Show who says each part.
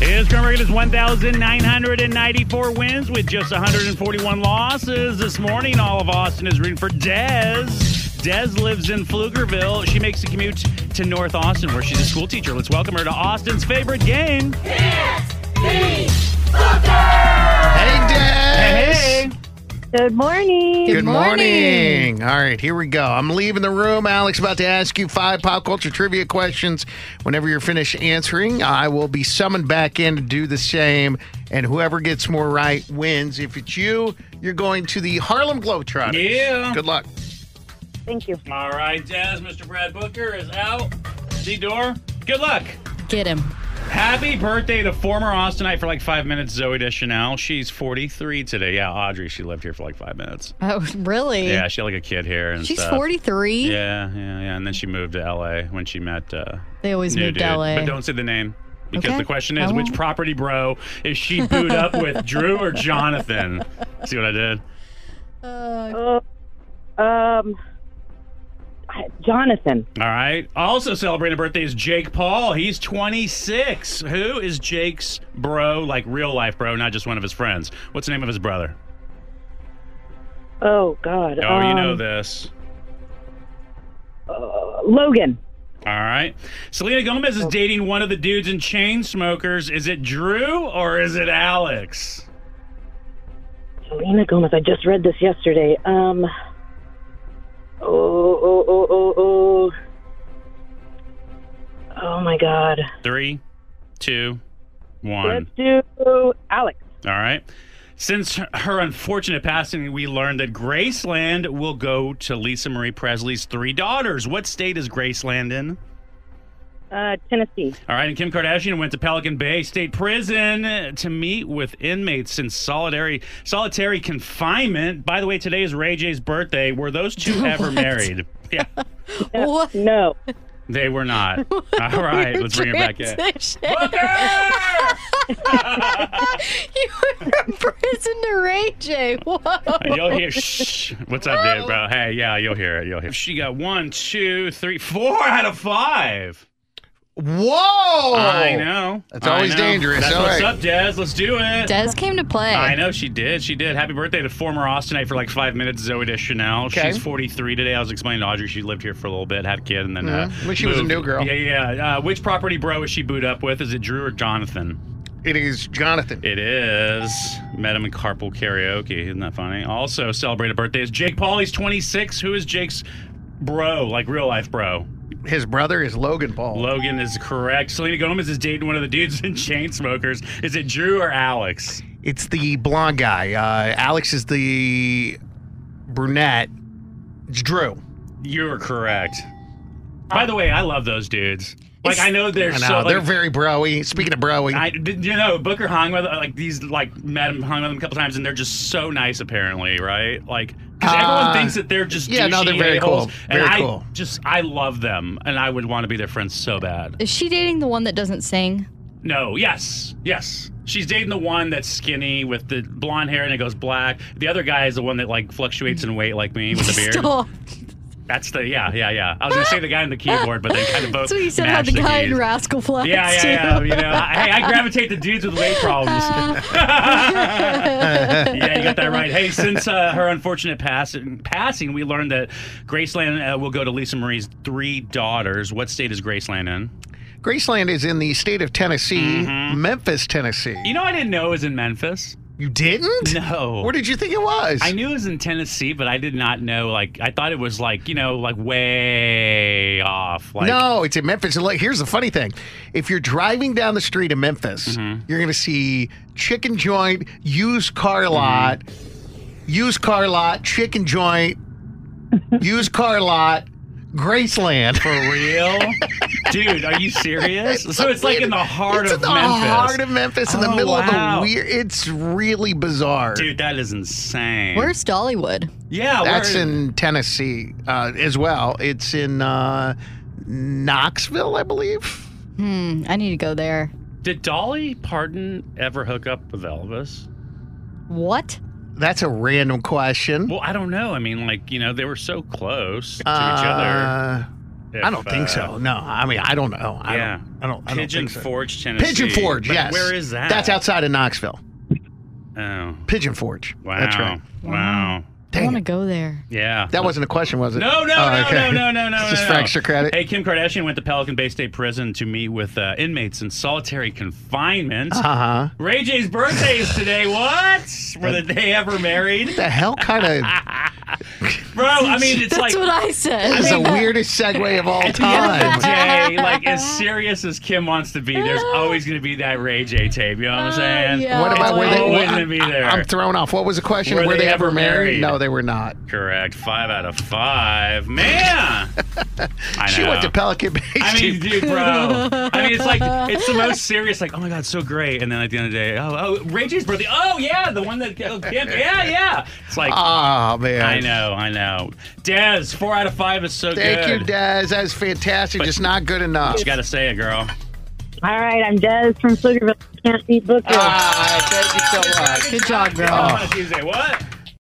Speaker 1: His current record is 1,994 wins with just 141 losses. This morning, all of Austin is rooting for Dez. Dez lives in Pflugerville. She makes the commute to North Austin, where she's a school teacher. Let's welcome her to Austin's favorite game.
Speaker 2: Hey, Des.
Speaker 1: Hey,
Speaker 3: Good morning.
Speaker 2: Good morning.
Speaker 4: morning.
Speaker 2: All right, here we go. I'm leaving the room. Alex about to ask you five pop culture trivia questions. Whenever you're finished answering, I will be summoned back in to do the same. And whoever gets more right wins. If it's you, you're going to the Harlem Globetrotters.
Speaker 1: Yeah.
Speaker 2: Good luck.
Speaker 3: Thank you.
Speaker 1: All right, Dez, Mr. Brad Booker is out the door. Good luck.
Speaker 4: Get him.
Speaker 1: Happy birthday to former Austinite for like five minutes, Zoe Deschanel. She's 43 today. Yeah, Audrey, she lived here for like five minutes.
Speaker 4: Oh, really?
Speaker 1: Yeah, she had like a kid here. And
Speaker 4: She's
Speaker 1: stuff.
Speaker 4: 43.
Speaker 1: uh, Yeah, yeah, yeah. And then she moved to LA when she met uh,
Speaker 4: They always
Speaker 1: new
Speaker 4: moved
Speaker 1: dude.
Speaker 4: to LA.
Speaker 1: But don't say the name because
Speaker 4: Okay,
Speaker 1: the question
Speaker 4: I
Speaker 1: is which
Speaker 4: won't.
Speaker 1: property bro is she booed up with, Drew or Jonathan? See what I did?
Speaker 4: Uh,
Speaker 3: Uh, um, Jonathan.
Speaker 1: All right. Also celebrating a birthday is Jake Paul. He's 26. Who is Jake's bro, like real life bro, not just one of his friends? What's the name of his brother?
Speaker 3: Oh God.
Speaker 1: Oh, you know
Speaker 3: um,
Speaker 1: this.
Speaker 3: uh, Logan.
Speaker 1: All right. Selena Gomez is
Speaker 4: oh.
Speaker 1: dating one of the dudes in Chainsmokers. Is it Drew or is it Alex?
Speaker 3: Selena Gomez. I just read this yesterday. Um. Oh oh oh oh oh. Oh my God.
Speaker 1: Three, two, one.
Speaker 3: Let's do Alex.
Speaker 1: All right. Since her unfortunate passing, we learned that Graceland will go to Lisa Marie Presley's three daughters. What state is Graceland in?
Speaker 3: Uh, Tennessee.
Speaker 1: All right, and Kim Kardashian went to Pelican Bay State Prison to meet with inmates in solitary solitary confinement. By the way, today is Ray J's birthday. Were those two ever married? Yeah,
Speaker 4: what?
Speaker 3: No.
Speaker 1: they were not. All right, let's bring her back in.
Speaker 4: Transition.
Speaker 1: Booker!
Speaker 4: you went from prison to Ray J. Whoa.
Speaker 1: You'll hear. Shh. What's up, dude, bro? Hey, yeah, you'll hear it. You'll hear. It. She got one, two, three, four out of five.
Speaker 2: Whoa.
Speaker 1: I know.
Speaker 2: Oh. That's
Speaker 1: I
Speaker 2: always
Speaker 1: know.
Speaker 2: dangerous.
Speaker 1: That's
Speaker 2: All
Speaker 1: what's
Speaker 2: right.
Speaker 1: up, Des. Let's do it.
Speaker 4: Des came to play.
Speaker 1: I know she did. She did. Happy birthday to former Austinite for like five minutes, Zoe Deschanel.
Speaker 2: Okay.
Speaker 1: She's 43 today. I was explaining to Audrey she lived here for a little bit, had a kid, and then uh,
Speaker 2: Mm-hmm. Well, she was a
Speaker 1: moved.
Speaker 2: new girl.
Speaker 1: Yeah, yeah. yeah. Uh, which property bro is she booed up with? Is it Drew or Jonathan?
Speaker 2: It is Jonathan.
Speaker 1: It is. Met him in carpool karaoke. Isn't that funny? Also, celebrate a birthday is Jake Paul. He's 26. Who is Jake's bro? Like real life bro.
Speaker 2: His brother is Logan Paul.
Speaker 1: Logan is correct. Selena Gomez is dating one of the dudes in Chainsmokers. Is it Drew or Alex?
Speaker 2: it's the blonde guy. Uh, Alex is the brunette. It's Drew.
Speaker 1: You are correct. By the way, I love those dudes. Like I know they're
Speaker 2: I know.
Speaker 1: so like,
Speaker 2: they're very broy. Speaking of broy,
Speaker 1: I did you know Booker hung with uh, like these like met him hung with them a couple times and they're just so nice apparently right like because
Speaker 2: Uh,
Speaker 1: everyone thinks that they're just
Speaker 2: yeah, no,
Speaker 1: douchey
Speaker 2: they're very cool.
Speaker 1: a-holes, and
Speaker 2: Very
Speaker 1: I
Speaker 2: cool.
Speaker 1: just I love them and I would want to be their friends so bad
Speaker 4: Is she dating the one that doesn't sing?
Speaker 1: no yes yes she's dating the one that's skinny with the blonde hair and it goes black the other guy is the one that like fluctuates in weight like me with the beard
Speaker 4: Stop.
Speaker 1: that's the yeah yeah yeah I was gonna say the guy on the keyboard but they kind of both
Speaker 4: That's what you said about the guy
Speaker 1: in
Speaker 4: in Rascal Flatts.
Speaker 1: yeah, yeah,
Speaker 4: too.
Speaker 1: yeah. You know, I, hey, I gravitate to dudes with weight problems. yeah, you got that right. Hey, since uh, her unfortunate pass- passing, we learned that Graceland uh, will go to Lisa Marie's three daughters. What state is Graceland in?
Speaker 2: Graceland is in the state of Tennessee,
Speaker 1: Mm-hmm.
Speaker 2: Memphis, Tennessee.
Speaker 1: You know, I didn't know it was in Memphis.
Speaker 2: You didn't?
Speaker 1: No.
Speaker 2: Where did you think it was?
Speaker 1: I knew it was in Tennessee, but I did not know. Like, I thought it was like you know, like way off. Like,
Speaker 2: no, it's in Memphis. And look, here's the funny thing: if you're driving down the street in Memphis,
Speaker 1: Mm-hmm.
Speaker 2: you're going to see chicken joint, used
Speaker 1: Mm-hmm.
Speaker 2: car lot, used car lot, chicken joint, used car lot, Graceland.
Speaker 1: For real, dude? Are you serious? So it's like in the heart
Speaker 2: It's
Speaker 1: of
Speaker 2: in the
Speaker 1: Memphis.
Speaker 2: heart of Memphis, in the
Speaker 1: Oh,
Speaker 2: middle
Speaker 1: wow.
Speaker 2: of the weird. It's really bizarre.
Speaker 1: Dude, that is insane.
Speaker 4: Where's Dollywood?
Speaker 1: Yeah,
Speaker 2: That's
Speaker 1: where-
Speaker 2: in Tennessee uh, as well. It's in uh, Knoxville, I believe.
Speaker 4: Hmm, I need to go there.
Speaker 1: Did Dolly Parton ever hook up with Elvis?
Speaker 4: What?
Speaker 2: That's a random question.
Speaker 1: Well, I don't know. I mean, like you know, they were so close to each other.
Speaker 2: Uh, I don't think so. No, I mean I don't know. I
Speaker 1: yeah.
Speaker 2: don't. I don't. I don't
Speaker 1: Pigeon
Speaker 2: think so.
Speaker 1: Forge, Tennessee.
Speaker 2: Pigeon Forge.
Speaker 1: But
Speaker 2: Yes.
Speaker 1: Where is that?
Speaker 2: That's outside of Knoxville.
Speaker 1: Oh.
Speaker 2: Pigeon Forge.
Speaker 1: Wow.
Speaker 2: That's right.
Speaker 1: Wow.
Speaker 4: I
Speaker 2: Dang
Speaker 4: want to
Speaker 2: it.
Speaker 4: go there.
Speaker 1: Yeah.
Speaker 2: That wasn't a question, was it?
Speaker 1: No, no,
Speaker 2: Oh,
Speaker 1: no,
Speaker 2: okay.
Speaker 1: no, no, no, no,
Speaker 2: It's just
Speaker 1: no,
Speaker 2: for
Speaker 1: no.
Speaker 2: extra credit.
Speaker 1: Hey, Kim Kardashian went to Pelican Bay State Prison to meet with uh, inmates in solitary confinement.
Speaker 2: Uh huh.
Speaker 1: Ray J's birthday is today. What? Were the day ever married?
Speaker 2: The hell kind of
Speaker 1: Bro, I mean, it's like.
Speaker 4: That's what I said.
Speaker 2: is the weirdest segue of all
Speaker 1: At the end of the
Speaker 2: time.
Speaker 1: day, like as serious as Kim wants to be, there's always going to be that Ray J tape. You know what I'm
Speaker 4: Oh,
Speaker 1: saying?
Speaker 4: yeah.
Speaker 2: What about
Speaker 1: it's
Speaker 2: were
Speaker 4: where
Speaker 2: they?
Speaker 1: always
Speaker 2: I-
Speaker 1: going to be there.
Speaker 2: I'm thrown off. What was the question? Were, they, ever married? No, they were not.
Speaker 1: Correct. Five out of five. Man, I
Speaker 2: She
Speaker 1: know.
Speaker 2: went to Pelican Bay.
Speaker 1: I mean,
Speaker 2: State.
Speaker 1: dude, bro. I mean, it's like it's the most serious. Like, oh my god, so great. And then at the end of the day, oh, oh Ray J's birthday. Oh yeah, the one that oh, Kim. Yeah, yeah. It's like
Speaker 2: oh man.
Speaker 1: I know, I know. Des, four out of five is so
Speaker 2: Thank
Speaker 1: good.
Speaker 2: you, Des. That's fantastic.
Speaker 1: But-
Speaker 2: Just not good enough.
Speaker 1: You gotta say it, girl.
Speaker 3: All right, I'm Des from Pflugerville. Can't beat Booker.
Speaker 2: Ah, thank you so much. Oh,
Speaker 4: Good job, girl.
Speaker 1: Come on a Tuesday. What?